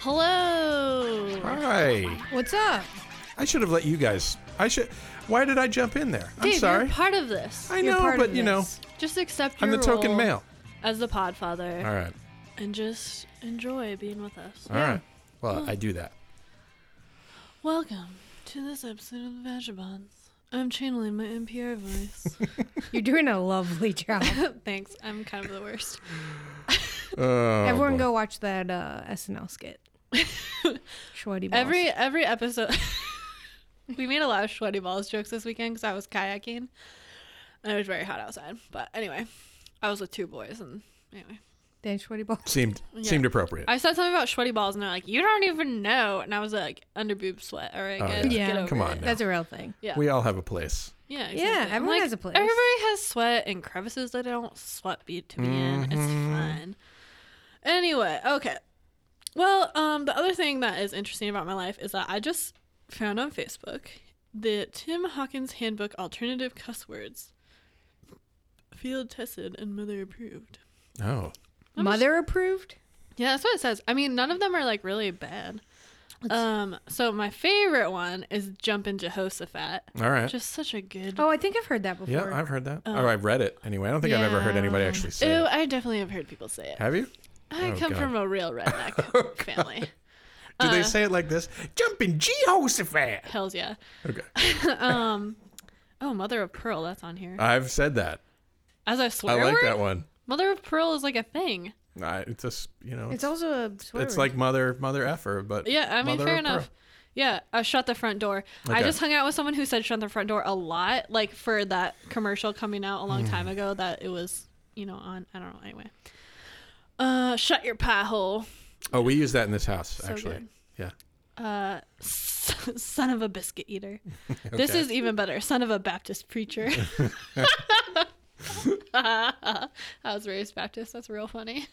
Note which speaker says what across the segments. Speaker 1: Hello.
Speaker 2: Hi.
Speaker 3: What's up?
Speaker 2: I should have let you guys. I should. Why did I jump in there? I'm
Speaker 1: Dave,
Speaker 2: sorry.
Speaker 1: you're part of this.
Speaker 2: I
Speaker 3: You're
Speaker 2: know,
Speaker 3: part
Speaker 2: but
Speaker 3: of
Speaker 2: you know,
Speaker 3: this.
Speaker 1: Just accept your
Speaker 2: I'm the token
Speaker 1: role
Speaker 2: male.
Speaker 1: as the
Speaker 2: All
Speaker 1: podfather
Speaker 2: right.
Speaker 1: and just enjoy being with us.
Speaker 2: All right. Well, I do that.
Speaker 1: Welcome to this episode of the Badger Bonds. I'm channeling my NPR voice.
Speaker 3: You're doing a lovely job.
Speaker 1: Thanks. I'm kind of the worst.
Speaker 2: Oh,
Speaker 3: Everyone
Speaker 2: boy.
Speaker 3: go watch that uh, SNL skit. Shorty balls.
Speaker 1: Every every episode, we made a lot of sweaty balls jokes this weekend because I was kayaking, and it was very hot outside. But anyway, I was with two boys, and anyway,
Speaker 3: Then sweaty balls.
Speaker 2: Seemed
Speaker 1: Yeah.
Speaker 2: seemed appropriate.
Speaker 1: I said something about sweaty balls, and they're like, "You don't even know," and I was like, "Under boob sweat." All right,
Speaker 2: Oh,
Speaker 1: get,
Speaker 2: yeah.
Speaker 1: get
Speaker 3: Yeah.
Speaker 1: over
Speaker 2: Come on
Speaker 1: it."
Speaker 2: now.
Speaker 3: That's a real thing.
Speaker 1: Yeah,
Speaker 2: We all have a place.
Speaker 1: yeah,
Speaker 3: Yeah, everyone has a place.
Speaker 1: Everybody has sweat and crevices that they don't sweat be to be in. It's fine. Anyway, okay. Well, um, the other thing that is interesting about my life is that I just found on Facebook the Tim Hawkins Handbook Alternative Cuss Words, field tested and mother approved.
Speaker 2: Oh,
Speaker 3: Mother approved?
Speaker 1: Yeah, that's what it says. I mean, none of them are like really bad. Um, so my favorite one is Jumpin' Jehoshaphat.
Speaker 2: all right.
Speaker 1: Just such a good.
Speaker 3: Oh, I think I've heard that before.
Speaker 2: yeah, I've heard that. or I've read it anyway. I don't think I've ever heard anybody
Speaker 1: Yeah.
Speaker 2: actually say
Speaker 1: Ew,
Speaker 2: it.
Speaker 1: I definitely have heard people say it.
Speaker 2: Have you?
Speaker 1: I
Speaker 2: Oh,
Speaker 1: come
Speaker 2: God.
Speaker 1: from a real redneck family.
Speaker 2: Do
Speaker 1: Uh.
Speaker 2: they say it like this? Jumping Jehoshaphat.
Speaker 1: Hells yeah.
Speaker 2: Okay.
Speaker 1: Um, oh, mother of pearl, that's on here.
Speaker 2: I've said that.
Speaker 1: As I
Speaker 2: I
Speaker 1: swear
Speaker 2: like
Speaker 1: word?
Speaker 2: that one.
Speaker 1: Mother of pearl is like a thing.
Speaker 2: I, it's just you know,
Speaker 3: It's
Speaker 2: it's,
Speaker 3: also a swear
Speaker 2: it's
Speaker 3: word.
Speaker 2: like mother mother effer, but
Speaker 1: Yeah, I mean,
Speaker 2: mother
Speaker 1: fair
Speaker 2: of
Speaker 1: enough.
Speaker 2: pearl.
Speaker 1: Yeah, uh, shut the front door. I
Speaker 2: Okay.
Speaker 1: just hung out with someone who said shut the front door a lot, like for that commercial coming out a
Speaker 2: Mm.
Speaker 1: long time ago that it was, you know, on. I don't know. Anyway, uh, shut your pie hole.
Speaker 2: Oh, we use that in this house actually.
Speaker 1: good.
Speaker 2: Yeah.
Speaker 3: Mm-hmm.
Speaker 1: Uh, son of a biscuit eater. This
Speaker 2: Okay.
Speaker 1: is even better. Son of a Baptist preacher. I was raised Baptist. That's real funny.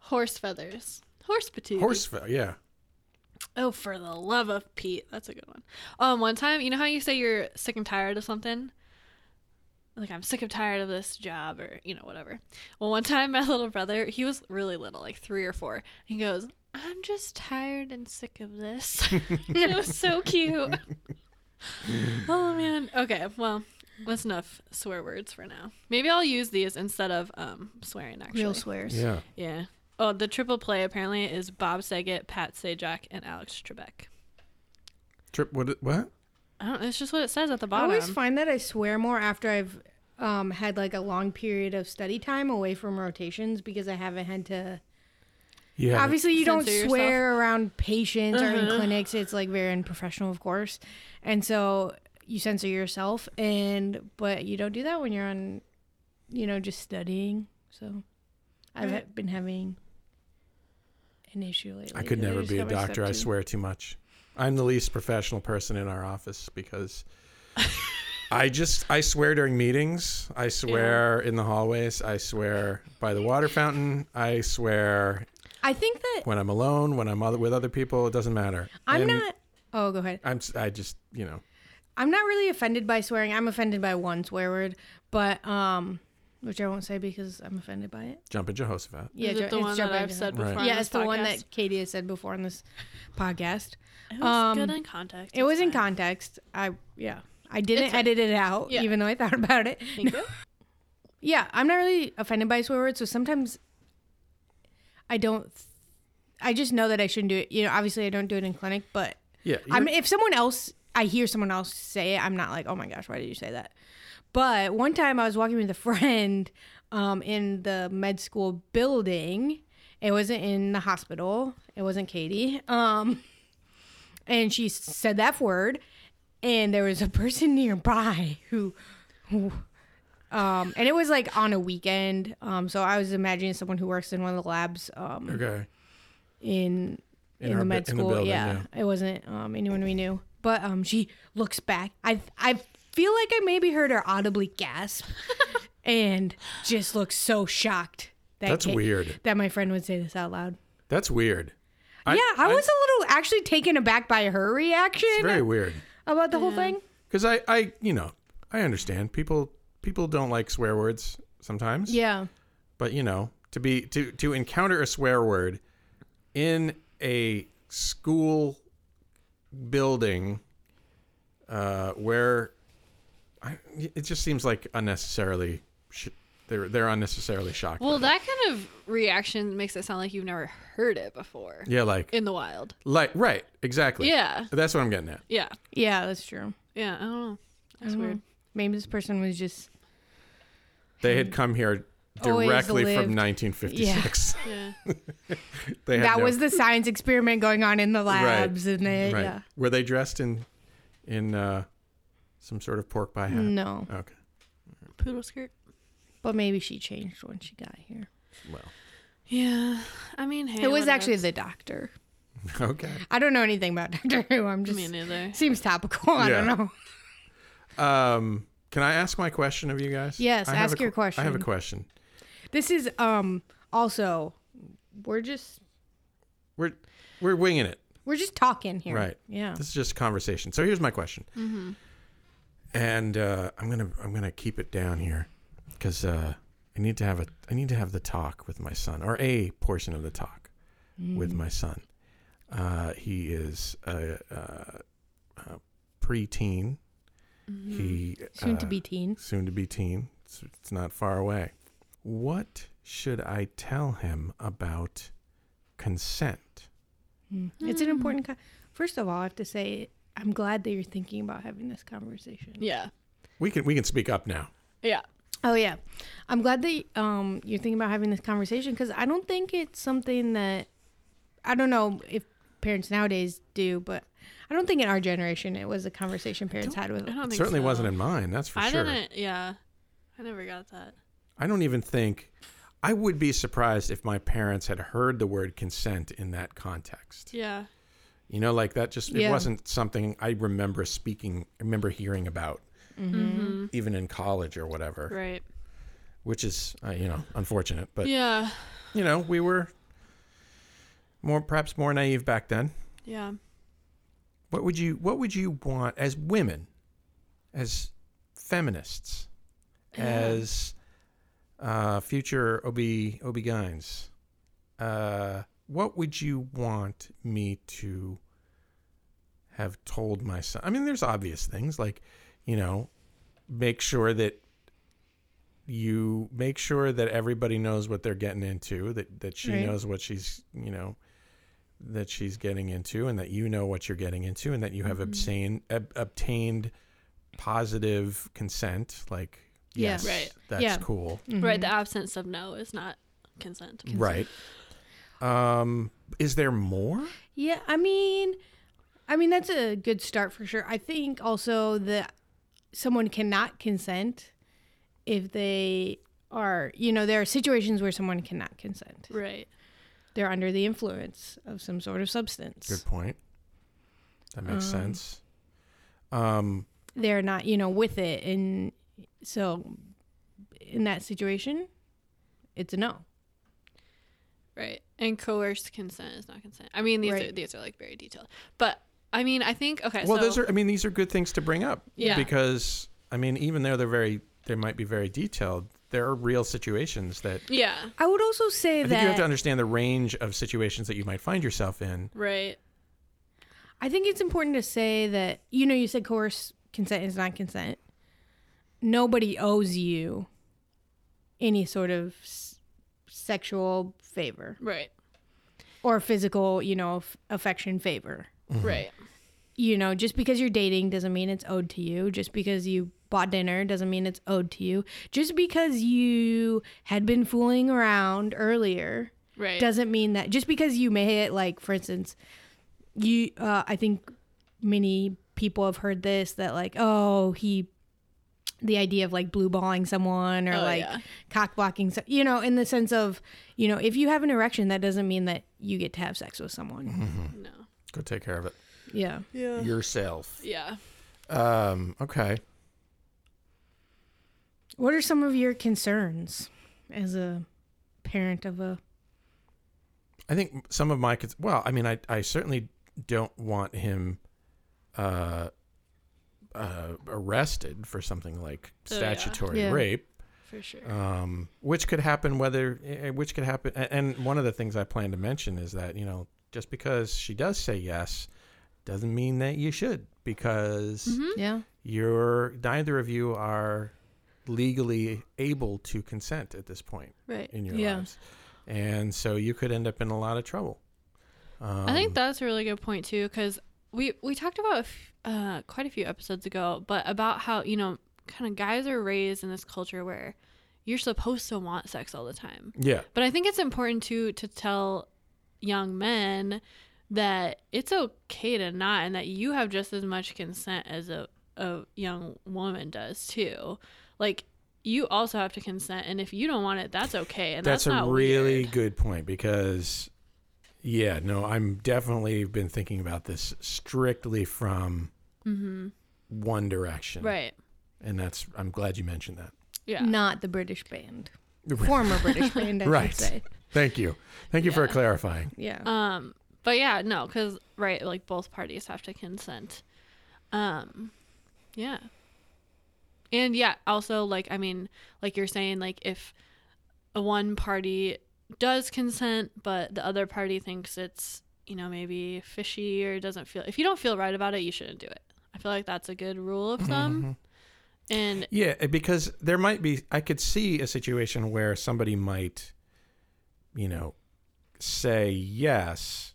Speaker 1: Horse feathers. Horse patootie.
Speaker 2: Horse, fe- yeah.
Speaker 1: Oh, for the love of Pete. That's a good one. Um, one time, you know how you say you're sick and tired of something? Like, I'm sick and tired of this job or, you know, whatever. Well, one time, my little brother, he was really little, like three or four. He goes, I'm just tired and sick of this. it was so cute. oh, man. Okay. Well, that's enough swear words for now. Maybe I'll use these instead of um, swearing, actually.
Speaker 3: real swears.
Speaker 2: Yeah.
Speaker 1: Yeah. Oh, the triple play apparently is Bob Saget, Pat Sajak, and Alex Trebek.
Speaker 2: Trip. What? What?
Speaker 1: I don't. It's just what it says at the
Speaker 3: I
Speaker 1: bottom.
Speaker 3: always find that I swear more after I've um, had like a long period of study time away from rotations because I haven't had to.
Speaker 2: Yeah.
Speaker 3: Obviously, you don't
Speaker 1: Censor
Speaker 3: swear around patients or in clinics. It's like very unprofessional, of course, and so you censor yourself. And but you don't do that when you're on, you know, just studying. So I've ha- been having an issue lately.
Speaker 2: I could never
Speaker 3: just
Speaker 2: be a
Speaker 3: got my
Speaker 2: doctor. I
Speaker 3: step two.
Speaker 2: swear too much. I'm the least professional person in our office because I just I swear during meetings. I swear in the hallways. I swear by the water fountain. I swear
Speaker 3: I think that
Speaker 2: when I'm alone. When I'm other, with other people, it doesn't matter.
Speaker 3: I'm
Speaker 2: And
Speaker 3: not. Oh, go ahead.
Speaker 2: I'm. s- I just you know.
Speaker 3: I'm not really offended by swearing. I'm offended by one swear word, but um, which I won't say because I'm offended by it.
Speaker 2: Jumping Jehoshaphat.
Speaker 3: Yeah,
Speaker 1: is
Speaker 3: ju-
Speaker 1: it the
Speaker 3: it's
Speaker 1: one that
Speaker 3: jumping
Speaker 1: I've
Speaker 3: to-
Speaker 1: said before?
Speaker 2: Right.
Speaker 1: on
Speaker 3: Yeah,
Speaker 1: this
Speaker 3: it's the one
Speaker 1: podcast?
Speaker 3: that Katie has said before on this podcast.
Speaker 1: It was
Speaker 3: um,
Speaker 1: good in context.
Speaker 3: It was in context.
Speaker 1: context.
Speaker 3: I yeah, I didn't
Speaker 1: It's fine.
Speaker 3: edit it out,
Speaker 1: Yeah.
Speaker 3: even though I thought about it.
Speaker 1: Thank you.
Speaker 3: Yeah, I'm not really offended by swear words, so sometimes I don't. th- I just know that I shouldn't do it. You know, obviously I don't do it in clinic, but
Speaker 2: Yeah.
Speaker 3: I'm,
Speaker 2: you're-
Speaker 3: if someone else, I hear someone else say it, I'm not like, oh my gosh, why did you say that? But one time I was walking with a friend um, in the med school building. It wasn't in the hospital. It wasn't Katie. Um, and she said that word, and there was a person nearby who, who um, and it was like on a weekend. Um, so I was imagining someone who works in one of the labs um,
Speaker 2: okay.
Speaker 3: in in, the
Speaker 2: bu-
Speaker 3: med school.
Speaker 2: building,
Speaker 3: yeah. it wasn't um, anyone we knew. But um, she looks back. I I feel like I maybe heard her audibly gasp, and just looks so shocked. That
Speaker 2: That's
Speaker 3: Kate-
Speaker 2: weird.
Speaker 3: That my friend would say this out loud.
Speaker 2: That's weird. I,
Speaker 3: yeah, I, was a little actually taken aback by her reaction
Speaker 2: It's very weird.
Speaker 3: about the whole thing.
Speaker 2: Because I, I, you know, I understand people. People don't like swear words sometimes.
Speaker 3: Yeah,
Speaker 2: But you know, to be to to encounter a swear word in a school building, uh, where I, it just seems like unnecessarily sh- they're they're unnecessarily shocked.
Speaker 1: Well, that kind of reaction makes it sound like you've never heard it before
Speaker 2: yeah, like
Speaker 1: in the wild.
Speaker 2: like right, exactly.
Speaker 1: Yeah.
Speaker 2: that's what I'm getting at.
Speaker 1: Yeah.
Speaker 3: yeah, that's true.
Speaker 1: Yeah. I don't know. That's
Speaker 3: Mm-hmm.
Speaker 1: weird.
Speaker 3: Maybe this person was just
Speaker 2: They had come here
Speaker 3: Always
Speaker 2: directly
Speaker 3: lived-
Speaker 2: from 1956.
Speaker 1: Yeah.
Speaker 2: They had
Speaker 3: that
Speaker 2: no-
Speaker 3: was the science experiment going on in the labs, and they
Speaker 2: Right.
Speaker 3: yeah.
Speaker 2: Were they dressed in in uh, some sort of pork pie hat?
Speaker 3: No,
Speaker 2: Okay.
Speaker 1: Poodle skirt.
Speaker 3: but maybe she changed when she got here.
Speaker 2: Well.
Speaker 1: Yeah. I mean, hey.
Speaker 3: it was
Speaker 1: what
Speaker 3: actually
Speaker 1: knows?
Speaker 3: the doctor.
Speaker 2: Okay.
Speaker 3: I don't know anything about Doctor Who. I'm just
Speaker 1: Me neither.
Speaker 3: seems topical. I
Speaker 2: Yeah.
Speaker 3: don't know.
Speaker 2: Um, can I ask my question of you guys?
Speaker 3: Yes,
Speaker 2: I have
Speaker 3: ask
Speaker 2: a que-
Speaker 3: your
Speaker 2: I have a
Speaker 3: question.
Speaker 2: question.
Speaker 3: This is um also we're just
Speaker 2: We're we're winging it.
Speaker 3: we're just talking here.
Speaker 2: Right.
Speaker 3: Yeah.
Speaker 2: This is just conversation. So here's my question.
Speaker 3: Mm-hmm.
Speaker 2: And uh, I'm gonna I'm gonna keep it down here because uh, I need to have a I need to have the talk with my son or a portion of the talk
Speaker 3: Mm.
Speaker 2: with my son. Uh, he is a, a, a preteen. He
Speaker 3: Mm-hmm. Soon
Speaker 2: uh,
Speaker 3: to be teen.
Speaker 2: soon to be teen. It's, it's not far away. What should I tell him about consent?
Speaker 3: It's an important. Co- First of all, I have to say I'm glad that you're thinking about having this conversation.
Speaker 1: Yeah.
Speaker 2: We can we can speak up now.
Speaker 1: Yeah.
Speaker 3: Oh yeah, I'm glad that um you're thinking about having this conversation because I don't think it's something that I don't know if parents nowadays do, but I don't think in our generation it was a conversation parents had with.
Speaker 1: I don't
Speaker 2: It
Speaker 1: think
Speaker 2: certainly
Speaker 1: so.
Speaker 2: wasn't in mine. That's for
Speaker 1: I
Speaker 2: sure.
Speaker 1: didn't. Yeah. I never got that.
Speaker 2: I don't even think. I would be surprised if my parents had heard the word consent in that context.
Speaker 1: Yeah.
Speaker 2: You know, like that just
Speaker 3: Yeah.
Speaker 2: it wasn't something I remember speaking, I remember hearing about,
Speaker 3: Mm-hmm.
Speaker 2: even in college or whatever.
Speaker 1: Mm-hmm. Right.
Speaker 2: Which is, uh, you know, unfortunate. But
Speaker 1: Yeah.
Speaker 2: you know, we were more perhaps more naive back then.
Speaker 1: Yeah.
Speaker 2: What would you what would you want as women, as feminists, as uh, future OB OB Gynes, uh, what would you want me to have told my son? I mean, there's obvious things like, you know, make sure that you make sure that everybody knows what they're getting into, that that she
Speaker 3: Right.
Speaker 2: knows what she's, you know, that she's getting into and that you know what you're getting into and that you have obtain, ob- obtained positive consent like
Speaker 3: Yeah.
Speaker 2: yes
Speaker 1: Right.
Speaker 2: that's
Speaker 3: Yeah.
Speaker 2: cool
Speaker 1: Right. The
Speaker 3: Mm-hmm.
Speaker 1: absence of no is not consent.
Speaker 2: right um is there more
Speaker 3: Yeah, I mean, I mean that's a good start for sure. I think also that someone cannot consent if they are, you know, there are situations where someone cannot consent.
Speaker 1: Right.
Speaker 3: They're under the influence of some sort of substance.
Speaker 2: good point that makes sense um
Speaker 3: They're not, you know, with it, and so in that situation, it's a no.
Speaker 1: Right. And coerced consent is not consent. I mean, these
Speaker 3: Right.
Speaker 1: are these are like very detailed. But I mean, I think okay.
Speaker 2: well
Speaker 1: so,
Speaker 2: those are i mean these are good things to bring up
Speaker 1: Yeah.
Speaker 2: because i mean even though they're very they might be very detailed there are real situations that
Speaker 1: yeah.
Speaker 3: I would also say
Speaker 2: I think
Speaker 3: that
Speaker 2: you have to understand the range of situations that you might find yourself in.
Speaker 1: Right.
Speaker 3: I think it's important to say that you know you said coerced consent is not consent. Nobody owes you any sort of s- sexual favor
Speaker 1: Right.
Speaker 3: or physical, you know, f- affection favor.
Speaker 2: Mm-hmm.
Speaker 1: Right.
Speaker 3: You know, just because you're dating doesn't mean it's owed to you. Just because you bought dinner doesn't mean it's owed to you. Just because you had been fooling around earlier
Speaker 1: Right.
Speaker 3: doesn't mean that just because you may it like for instance you uh, i think many people have heard this that like oh he the idea of like blue balling someone or
Speaker 1: Oh,
Speaker 3: like
Speaker 1: yeah.
Speaker 3: cock blocking, so- you know, in the sense of, you know, if you have an erection, that doesn't mean that you get to have sex with
Speaker 2: Mm-hmm.
Speaker 3: someone.
Speaker 1: No.
Speaker 2: Go take care of it
Speaker 3: yeah.
Speaker 1: Yeah.
Speaker 2: yourself.
Speaker 1: Yeah.
Speaker 2: Um, okay.
Speaker 3: What are some of your concerns as a parent of a?
Speaker 2: I think some of my cons- well, I mean, I I certainly don't want him uh, uh, arrested for something like
Speaker 1: Oh, yeah.
Speaker 2: statutory
Speaker 3: Yeah.
Speaker 2: rape,
Speaker 1: For sure.
Speaker 2: um, which could happen. Whether eh, which could happen, a- and one of the things I plan to mention is that you know just because she does say yes doesn't mean that you should because
Speaker 1: Hmm?
Speaker 3: Yeah.
Speaker 2: you're neither of you are legally able to consent at this point
Speaker 1: Right.
Speaker 2: in your
Speaker 3: Yeah.
Speaker 2: lives, and so you could end up in a lot of trouble. Um,
Speaker 1: I think that's a really good point too, because we we talked about a f- uh, quite a few episodes ago, but about how you know kind of guys are raised in this culture where you're supposed to want sex all the time.
Speaker 2: yeah,
Speaker 1: But I think it's important to to tell young men that it's okay to not, and that you have just as much consent as a a young woman does too. Like you also have to consent, and if you don't want it, that's okay. And that's,
Speaker 2: that's, a
Speaker 1: not
Speaker 2: really
Speaker 1: weird.
Speaker 2: good point because, yeah, no, I'm definitely been thinking about this strictly from one direction,
Speaker 1: Mm-hmm. right.
Speaker 2: And that's I'm glad you mentioned that.
Speaker 1: Yeah.
Speaker 3: Not the British band. Former British band, I
Speaker 2: Right.
Speaker 3: should say.
Speaker 2: Thank you, thank you for clarifying.
Speaker 3: Yeah.
Speaker 1: Um, but yeah, no, because right, like both parties have to consent. Um, yeah, and yeah, also like I mean, like you're saying, like if a one party does consent, but the other party thinks it's you know maybe fishy or doesn't feel if you don't feel right about it, you shouldn't do it. I feel like that's a good rule of thumb. And
Speaker 2: Yeah, eh, because there might be I could see a situation where somebody might, you know, say yes,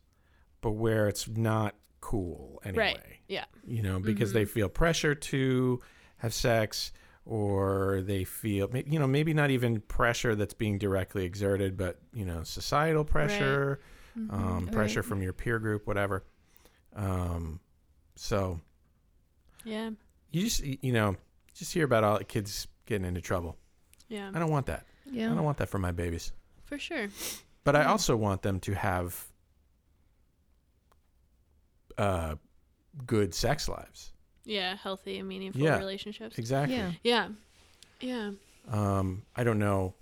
Speaker 2: but where it's not cool anyway.
Speaker 1: right, yeah, Mm-hmm.
Speaker 2: you know, because they feel pressure to have sex or they feel, may- you know, maybe not even pressure that's being directly exerted, but, you know, societal pressure,
Speaker 1: Mm-hmm.
Speaker 2: um, pressure from your peer group, whatever. Um, so
Speaker 1: yeah,
Speaker 2: you just, you know, just hear about all the kids getting into trouble.
Speaker 1: yeah,
Speaker 2: I don't want that. I
Speaker 3: Um, yeah.
Speaker 2: don't want that for my babies.
Speaker 1: for sure.
Speaker 2: But I also want them to have uh, good sex lives.
Speaker 1: Yeah, healthy and meaningful
Speaker 2: Yeah.
Speaker 1: relationships.
Speaker 2: Exactly.
Speaker 3: Yeah.
Speaker 1: Yeah, yeah.
Speaker 2: Um, I don't know.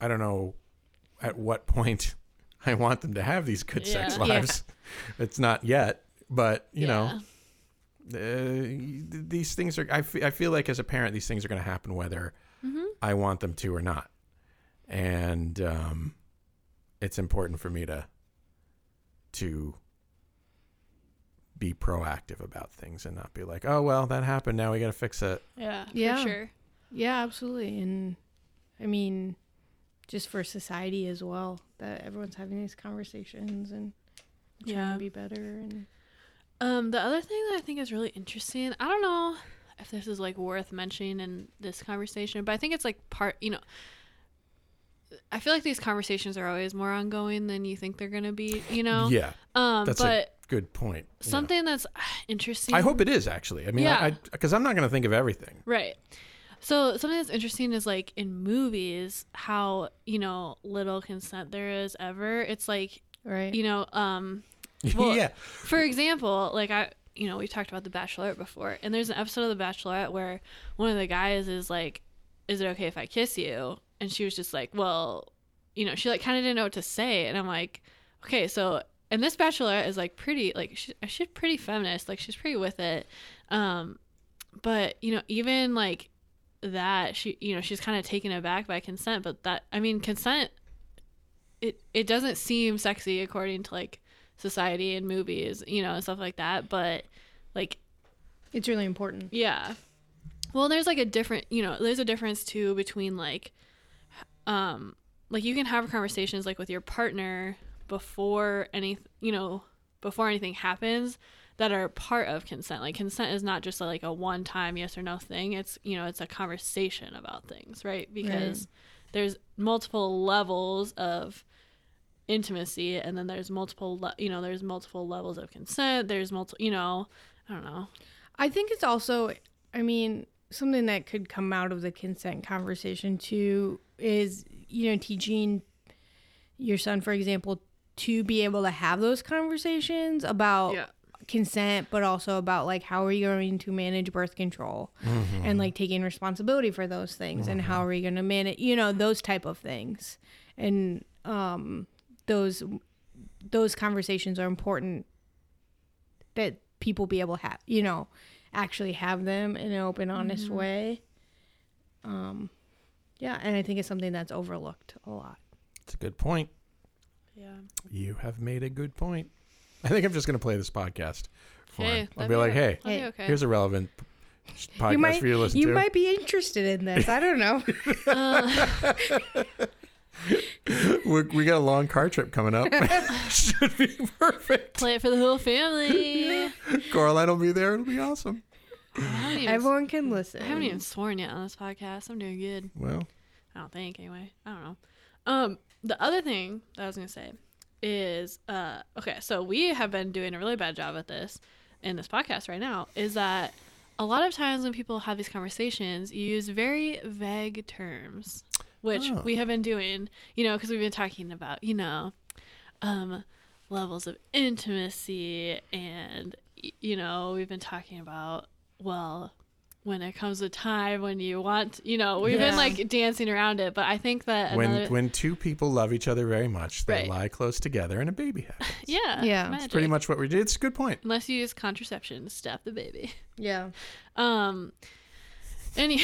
Speaker 2: I don't know at what point I want them to have these good sex
Speaker 1: Yeah.
Speaker 3: Yeah.
Speaker 2: lives. It's not yet, but you
Speaker 1: Yeah.
Speaker 2: know, uh, y- th- these things are. I fe- I feel like as a parent, these things are going to happen whether
Speaker 1: Mm-hmm.
Speaker 2: I want them to or not, and um, it's important for me to to be proactive about things and not be like, oh well, that happened. Now we got to fix it.
Speaker 1: Yeah,
Speaker 3: Yeah.
Speaker 1: for sure.
Speaker 3: Yeah, absolutely. And I mean, just for society as well, that everyone's having these conversations and trying
Speaker 1: Yeah.
Speaker 3: to be better. And
Speaker 1: Um, the other thing that I think is really interesting, I don't know if this is like worth mentioning in this conversation, but I think it's like part, you know, I feel like these conversations are always more ongoing than you think they're gonna be, you know.
Speaker 2: Yeah,
Speaker 1: Um,
Speaker 2: that's
Speaker 1: but
Speaker 2: a good point. Yeah.
Speaker 1: something that's interesting.
Speaker 2: I hope it is actually. I mean,
Speaker 1: Yeah.
Speaker 2: I because I'm not going to think of everything.
Speaker 1: Right. So something that's interesting is like in movies how you know little consent there is ever. It's like
Speaker 3: right.
Speaker 1: you know um Well, for example, like I, you know, we talked about The Bachelorette before, and there's an episode of The Bachelorette where one of the guys is like, "Is it okay if I kiss you?" And she was just like, "Well, you know," she like kind of didn't know what to say, and I'm like, "Okay, so." And this bachelorette is like pretty, like she, she's pretty feminist, like she's pretty with it, um, but you know, even like that, she, you know, she's kind of taken aback by consent, but that, I mean, consent, it it doesn't seem sexy according to like society and movies, you know, and stuff like that. But like,
Speaker 3: it's really important.
Speaker 1: yeah. Well, there's like a different, you know, there's a difference too between like, um, like you can have conversations like with your partner before any, you know, before anything happens that are part of consent. Like consent is not just like a one time yes or no thing. It's, you know, it's a conversation about things, right? Because there's multiple levels of intimacy and then there's multiple, le- you know, there's multiple levels of consent. There's multiple, you know, I don't know.
Speaker 3: I think it's also, I mean, something that could come out of the consent conversation too is you know teaching your son, for example, to be able to have those conversations about
Speaker 1: Yeah.
Speaker 3: consent, but also about like how are you going to manage birth control and like taking responsibility for those things and how are you going to manage, you know, those type of things. And um, those those conversations are important that people be able to have, you know, actually have them in an open, honest
Speaker 1: Mm-hmm.
Speaker 3: way. Um, yeah, and I think it's something that's overlooked a lot.
Speaker 2: It's a good point.
Speaker 1: Yeah.
Speaker 2: You have made a good point. I think I'm just going to play this podcast for
Speaker 1: Hey,
Speaker 2: him.
Speaker 1: that'd
Speaker 2: I'll be
Speaker 1: be
Speaker 2: like,
Speaker 1: good.
Speaker 2: hey,
Speaker 1: That'd be
Speaker 3: Hey,
Speaker 1: okay.
Speaker 2: here's a relevant podcast
Speaker 3: you might,
Speaker 2: for you to listen
Speaker 3: you
Speaker 2: to.
Speaker 3: might be interested in this. I don't know.
Speaker 2: We're, we got a long car trip coming up. Should be perfect.
Speaker 1: Play it for the whole family.
Speaker 2: Coraline will be there. It'll be awesome.
Speaker 1: I haven't even-
Speaker 3: Everyone can listen.
Speaker 1: I haven't even sworn yet on this podcast. I'm doing good.
Speaker 2: Well,
Speaker 1: I don't think anyway. I don't know. Um, the other thing that I was gonna say is uh okay, so we have been doing a really bad job at this in this podcast right now, is that a lot of times when people have these conversations, you use very vague terms, which
Speaker 2: Oh.
Speaker 1: we have been doing, you know, because we've been talking about, you know, um, levels of intimacy and y- you know we've been talking about well when it comes a time when you want you know we've
Speaker 3: Yeah.
Speaker 1: been like dancing around it but i think that
Speaker 2: when
Speaker 1: another,
Speaker 2: when two people love each other very much, they
Speaker 1: Right.
Speaker 2: lie close together and a baby happens.
Speaker 1: yeah
Speaker 3: Yeah. It's
Speaker 1: magic.
Speaker 2: Pretty much what we did. It's a good point.
Speaker 1: unless you use contraception to stop the baby
Speaker 3: Yeah.
Speaker 1: um any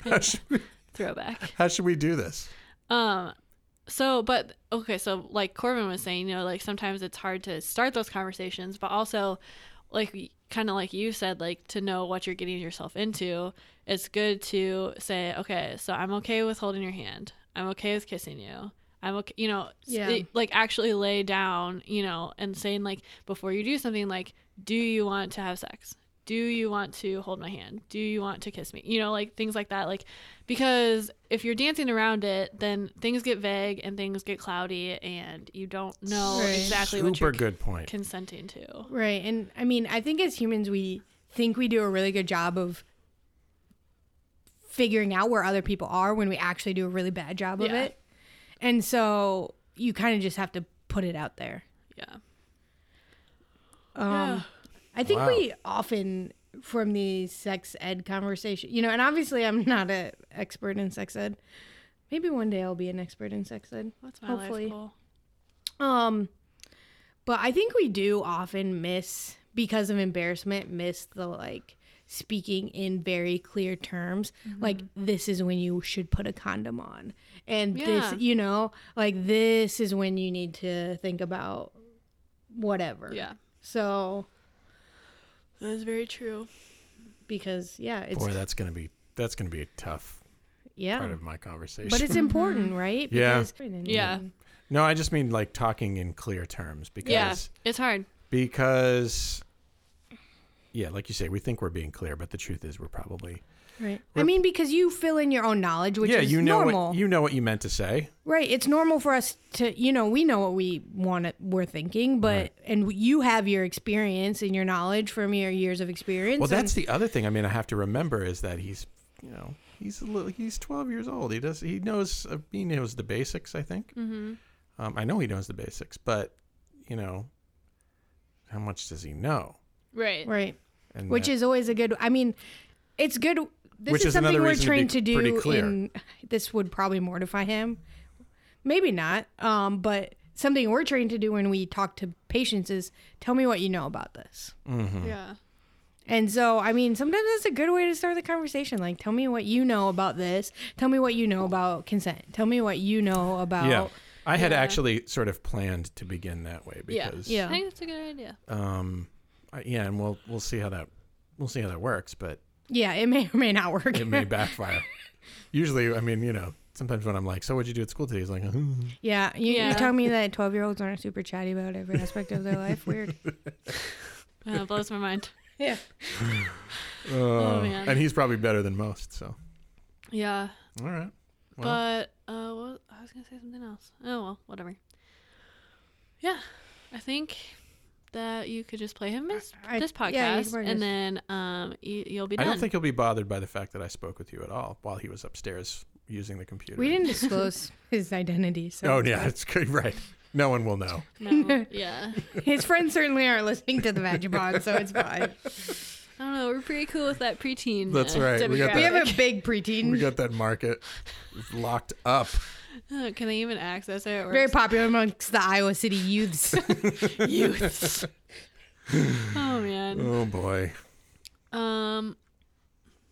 Speaker 2: How should we,
Speaker 1: throwback
Speaker 2: how should we do this?
Speaker 1: Um, so, but okay, so like Corbin was saying, you know, like sometimes it's hard to start those conversations, but also, like, kind of like you said, like to know what you're getting yourself into, it's good to say, okay, so I'm okay with holding your hand, I'm okay with kissing you. I'm okay, you know, s-
Speaker 3: Yeah.
Speaker 1: it- like actually lay down, you know, and saying, like, before you do something, like, do you want to have sex? Do you want to hold my hand? Do you want to kiss me? You know, like things like that. Like, because if you're dancing around it, then things get vague and things get cloudy, and you don't know
Speaker 3: Right.
Speaker 1: exactly
Speaker 2: Super
Speaker 1: what you're
Speaker 2: good point.
Speaker 1: consenting to.
Speaker 3: Right. And I mean, I think as humans, we think we do a really good job of figuring out where other people are when we actually do a really bad job of
Speaker 1: Yeah.
Speaker 3: it. And so you kind of just have to put it out there.
Speaker 1: Yeah.
Speaker 3: Um,
Speaker 1: Yeah.
Speaker 3: I think
Speaker 2: Wow.
Speaker 3: we often from the sex ed conversation, you know, and obviously I'm not an expert in sex ed. Maybe one day I'll be an expert in sex ed.
Speaker 1: That's my
Speaker 3: Hopefully.
Speaker 1: life goal.
Speaker 3: Um, but I think we do often miss because of embarrassment, miss the like speaking in very clear terms.
Speaker 1: Mm-hmm.
Speaker 3: Like this is when you should put a condom on, and
Speaker 1: Yeah.
Speaker 3: this, you know, like this is when you need to think about whatever.
Speaker 1: Yeah.
Speaker 3: So
Speaker 1: That is very true.
Speaker 3: because yeah, it's
Speaker 2: Boy, that's gonna be that's gonna be a tough
Speaker 3: yeah,
Speaker 2: part of my conversation.
Speaker 3: but it's important, right?
Speaker 2: Yeah.
Speaker 3: Because-
Speaker 1: Yeah.
Speaker 2: no, I just mean like talking in clear terms because
Speaker 1: Yeah. It's hard.
Speaker 2: because yeah, like you say, we think we're being clear, but the truth is we're probably
Speaker 3: Right. I mean, because you fill in your own knowledge, which
Speaker 2: yeah.
Speaker 3: is
Speaker 2: You know
Speaker 3: normal.
Speaker 2: what you know what you meant to say.
Speaker 3: Right. It's normal for us to, you know, we know what we want, it, we're thinking, but,
Speaker 2: Right.
Speaker 3: and you have your experience and your knowledge from your years of experience.
Speaker 2: Well,
Speaker 3: and-
Speaker 2: that's the other thing. I mean, I have to remember is that he's you know he's a little he's twelve years old. He does he knows uh, he knows the basics. I think.
Speaker 1: Mm-hmm.
Speaker 2: Um, I know he knows the basics, but you know, how much does he know?
Speaker 1: Right.
Speaker 3: right.
Speaker 2: And
Speaker 3: Which
Speaker 2: that-
Speaker 3: is always a good, I mean, it's good. This
Speaker 2: Which
Speaker 3: is,
Speaker 2: is another
Speaker 3: something we're
Speaker 2: reason to
Speaker 3: trained to,
Speaker 2: be pretty
Speaker 3: do
Speaker 2: clear.
Speaker 3: in, this would probably mortify him. Maybe not. Um, but something we're trained to do when we talk to patients is tell me what you know about this.
Speaker 1: Yeah.
Speaker 3: And so, I mean, sometimes that's a good way to start the conversation. Like, tell me what you know about this. Tell me what you know about consent. Tell me what you know about.
Speaker 2: yeah. I had
Speaker 1: Yeah.
Speaker 2: actually sort of planned to begin that way
Speaker 1: Yeah.
Speaker 2: because
Speaker 3: Yeah.
Speaker 1: I think that's a good idea.
Speaker 2: um I, yeah, and we'll we'll see how that we'll see how that works, but
Speaker 3: Yeah, it may or may not work.
Speaker 2: it may backfire. Usually, I mean, you know, sometimes when I'm like, "So what'd you do at school today?" He's like, "Hmm,
Speaker 3: yeah, you,
Speaker 1: Yeah.
Speaker 3: you tell me that 12 year olds aren't super chatty about every aspect of their life. Weird.
Speaker 1: Uh, blows my mind.
Speaker 3: Yeah.
Speaker 2: "Oh,"
Speaker 1: man.
Speaker 2: and he's probably better than most. So,
Speaker 1: Yeah.
Speaker 2: all right, well,
Speaker 1: But uh, what, I was gonna say something else. Oh well, whatever. Yeah, I think that you could just play him this,
Speaker 3: I-
Speaker 1: this
Speaker 3: yeah,
Speaker 1: podcast,
Speaker 3: you can play
Speaker 1: and
Speaker 3: this.
Speaker 1: then um, you, you'll be
Speaker 2: I
Speaker 1: done.
Speaker 2: don't think he'll be bothered by the fact that I spoke with you at all while he was upstairs using the computer.
Speaker 3: We didn't disclose his identity, so
Speaker 2: Oh yeah, it's good. Right. No one will know.
Speaker 1: No, yeah,
Speaker 3: his friends certainly aren't listening to the Vagabond, so it's fine.
Speaker 1: I don't know. We're pretty cool with that preteen.
Speaker 2: That's
Speaker 1: uh,
Speaker 2: right, we got
Speaker 3: We
Speaker 2: that.
Speaker 1: demographic.
Speaker 3: have a big preteen,
Speaker 2: We got that market locked up.
Speaker 1: Uh, Can they even access it? Or
Speaker 3: very popular amongst the Iowa City youths.
Speaker 1: youths. oh man.
Speaker 2: Oh boy.
Speaker 1: Um.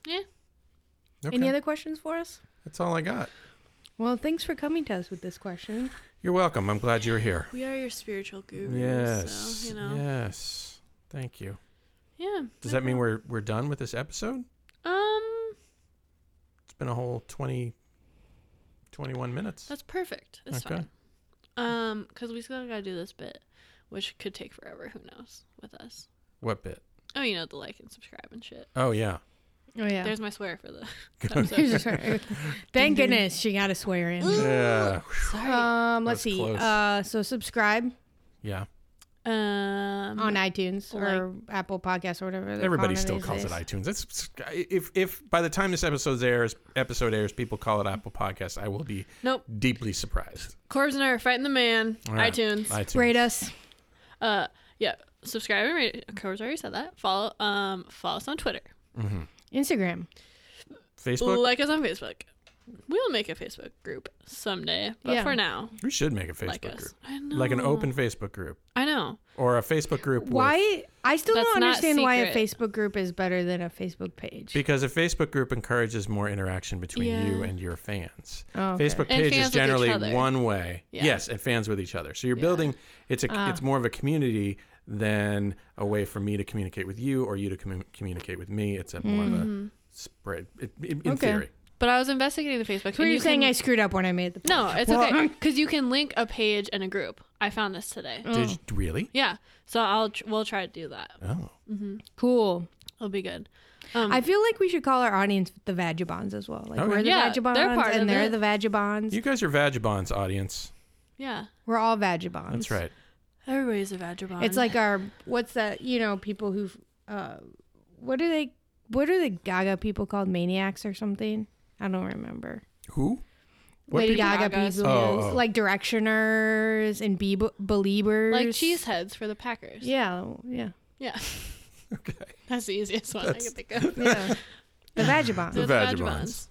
Speaker 1: Yeah.
Speaker 2: Okay.
Speaker 3: Any other questions for us?
Speaker 2: That's all I got.
Speaker 3: Well, thanks for coming to us with this question.
Speaker 2: You're welcome. I'm glad you're here.
Speaker 1: We are your spiritual gurus.
Speaker 2: Yes.
Speaker 1: So, you know.
Speaker 2: Yes. Thank you.
Speaker 1: Yeah.
Speaker 2: Does that mean we're we're done with this episode?
Speaker 1: Um.
Speaker 2: It's been a whole 20 21 minutes.
Speaker 1: That's perfect. It's
Speaker 2: Okay.
Speaker 1: fine. Um, because we still gotta do this bit, which could take forever. Who knows? With us.
Speaker 2: What bit?
Speaker 1: Oh, you know the like and subscribe and shit.
Speaker 2: Oh yeah.
Speaker 3: Oh yeah.
Speaker 1: There's my swear for the.
Speaker 3: Here's a swear. Thank goodness she got a swear in.
Speaker 2: Yeah.
Speaker 1: Sorry.
Speaker 3: Um, let's
Speaker 2: That's
Speaker 3: see.
Speaker 2: close.
Speaker 3: Uh, so subscribe
Speaker 2: Yeah.
Speaker 1: Um.
Speaker 3: on iTunes
Speaker 1: Like-
Speaker 3: or Apple Podcasts or whatever. they're
Speaker 2: Everybody
Speaker 3: calling it
Speaker 2: still
Speaker 3: these
Speaker 2: calls it
Speaker 3: days.
Speaker 2: iTunes. That's if if by the time this episode airs, episode airs, people call it Apple Podcasts. I will be
Speaker 1: Nope.
Speaker 2: deeply surprised.
Speaker 1: Corbs and I are fighting the man.
Speaker 2: All right.
Speaker 1: iTunes.
Speaker 2: iTunes.
Speaker 3: Rate us.
Speaker 1: uh. Yeah. Subscribe and rate. Corbs already said that. Follow. Um. Follow us on Twitter.
Speaker 3: Instagram.
Speaker 2: Facebook.
Speaker 1: Like us on Facebook. We'll make a Facebook group someday, but
Speaker 3: Yeah.
Speaker 1: for now,
Speaker 2: we should make a Facebook
Speaker 1: like us.
Speaker 2: group,
Speaker 1: I know.
Speaker 2: like an open Facebook group,
Speaker 1: I know.
Speaker 2: or a Facebook group. with-
Speaker 3: Why? I still
Speaker 1: That's
Speaker 3: don't
Speaker 1: not
Speaker 3: understand why a
Speaker 1: secret.
Speaker 3: Facebook group is better than a Facebook page.
Speaker 2: because a Facebook group encourages more interaction between you
Speaker 1: Yeah.
Speaker 2: and your fans.
Speaker 3: Oh, okay.
Speaker 2: Facebook
Speaker 1: And
Speaker 2: page
Speaker 1: fans with each
Speaker 2: is generally
Speaker 1: other.
Speaker 2: one way.
Speaker 1: Yeah. Ah.
Speaker 2: Yes, and fans with each other. So you're building it's a it's more of a community than a way for me to communicate with you or you to commu- communicate with me. It's a more
Speaker 3: Mm.
Speaker 1: Mm-hmm.
Speaker 2: of a spread it, it- in
Speaker 3: Okay.
Speaker 2: theory.
Speaker 1: But I was investigating the Facebook.
Speaker 3: So you're
Speaker 1: and you
Speaker 3: saying
Speaker 1: can-
Speaker 3: I screwed up when I made the
Speaker 1: No, it's
Speaker 3: Well,
Speaker 1: okay. Because you can link a page and a group. I found this today.
Speaker 3: Mm. Oh.
Speaker 2: Did you, really?
Speaker 1: Yeah. So I'll tr- we'll try to do that.
Speaker 2: Oh.
Speaker 3: Mm-hmm. cool.
Speaker 1: It'll be good. Um,
Speaker 3: I feel like we should call our audience the Vagabonds as well. Like
Speaker 2: Okay.
Speaker 3: we're the
Speaker 1: Yeah, they're
Speaker 3: Vagabonds
Speaker 1: part of
Speaker 3: and they're
Speaker 1: it.
Speaker 3: the Vagabonds.
Speaker 2: Oh, You guys are vagabonds audience.
Speaker 1: Yeah.
Speaker 3: we're all Vagabonds.
Speaker 2: That's right.
Speaker 1: Everybody's a vagabond.
Speaker 3: It's like our what's that? You know, people who, uh, what are they? What are the Gaga people called? Maniacs or something? I don't remember.
Speaker 2: Who? What
Speaker 3: Lady
Speaker 2: people?
Speaker 3: Gaga
Speaker 1: Gagas.
Speaker 3: people,
Speaker 2: Oh, oh.
Speaker 3: like directioners and be- believers,
Speaker 1: like cheeseheads for the Packers.
Speaker 3: Yeah, yeah,
Speaker 1: Yeah.
Speaker 2: Okay.
Speaker 1: That's the easiest one
Speaker 2: That's-
Speaker 1: I could think of.
Speaker 3: yeah. the Vagabonds.
Speaker 1: They're
Speaker 2: Vagabonds.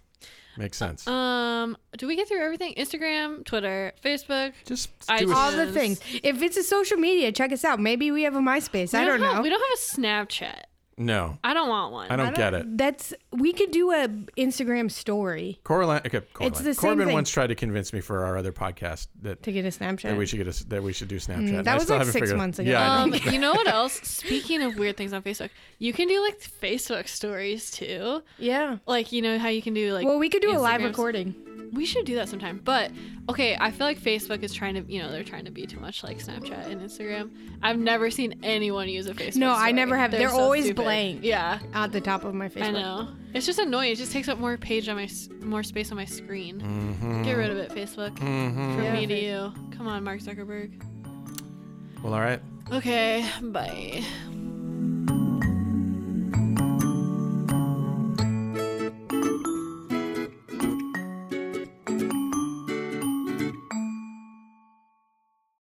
Speaker 2: Makes sense.
Speaker 1: vagabonds. Um, do we get through everything? Instagram, Twitter, Facebook.
Speaker 2: Just
Speaker 1: I-
Speaker 2: do a
Speaker 3: All the
Speaker 1: Yes.
Speaker 3: things. If it's a social media, check us out. Maybe we have a MySpace. I
Speaker 1: We
Speaker 3: don't
Speaker 1: have-
Speaker 3: know.
Speaker 1: We don't have a Snapchat.
Speaker 2: No.
Speaker 1: I don't want one.
Speaker 2: I don't, get it.
Speaker 3: That's we could do a Instagram story
Speaker 2: Coraline, okay, Coraline.
Speaker 3: the same
Speaker 2: Corbin
Speaker 3: thing.
Speaker 2: once tried to convince me for our other podcast that
Speaker 3: to get a Snapchat.
Speaker 2: that we should get a, that we should do Snapchat. and
Speaker 3: Mm, that
Speaker 2: I
Speaker 3: was
Speaker 2: still
Speaker 3: like
Speaker 2: haven't
Speaker 3: six
Speaker 2: figured-
Speaker 3: months ago.
Speaker 2: Yeah, I know.
Speaker 1: Um, you know what else? Speaking of weird things on Facebook, you can do like Facebook stories too.
Speaker 3: yeah.
Speaker 1: Like you know how you can do like.
Speaker 3: Well, we could do a live
Speaker 1: Instagrams.
Speaker 3: recording.
Speaker 1: We should do that sometime. But okay, I feel like Facebook is trying to, you know, they're trying to be too much like Snapchat and Instagram. I've never seen anyone use a Facebook.
Speaker 3: No, I
Speaker 1: story.
Speaker 3: never have. They're always
Speaker 1: stupid.
Speaker 3: blank.
Speaker 1: Yeah,
Speaker 3: At the top of my Facebook.
Speaker 1: I know. It's just annoying. It just takes up more page on my s- more space on my screen.
Speaker 2: Mm-hmm.
Speaker 1: Get rid of it, Facebook. From
Speaker 3: Yeah.
Speaker 1: me to you. Come on, Mark Zuckerberg.
Speaker 2: Well, all right.
Speaker 1: Okay, bye.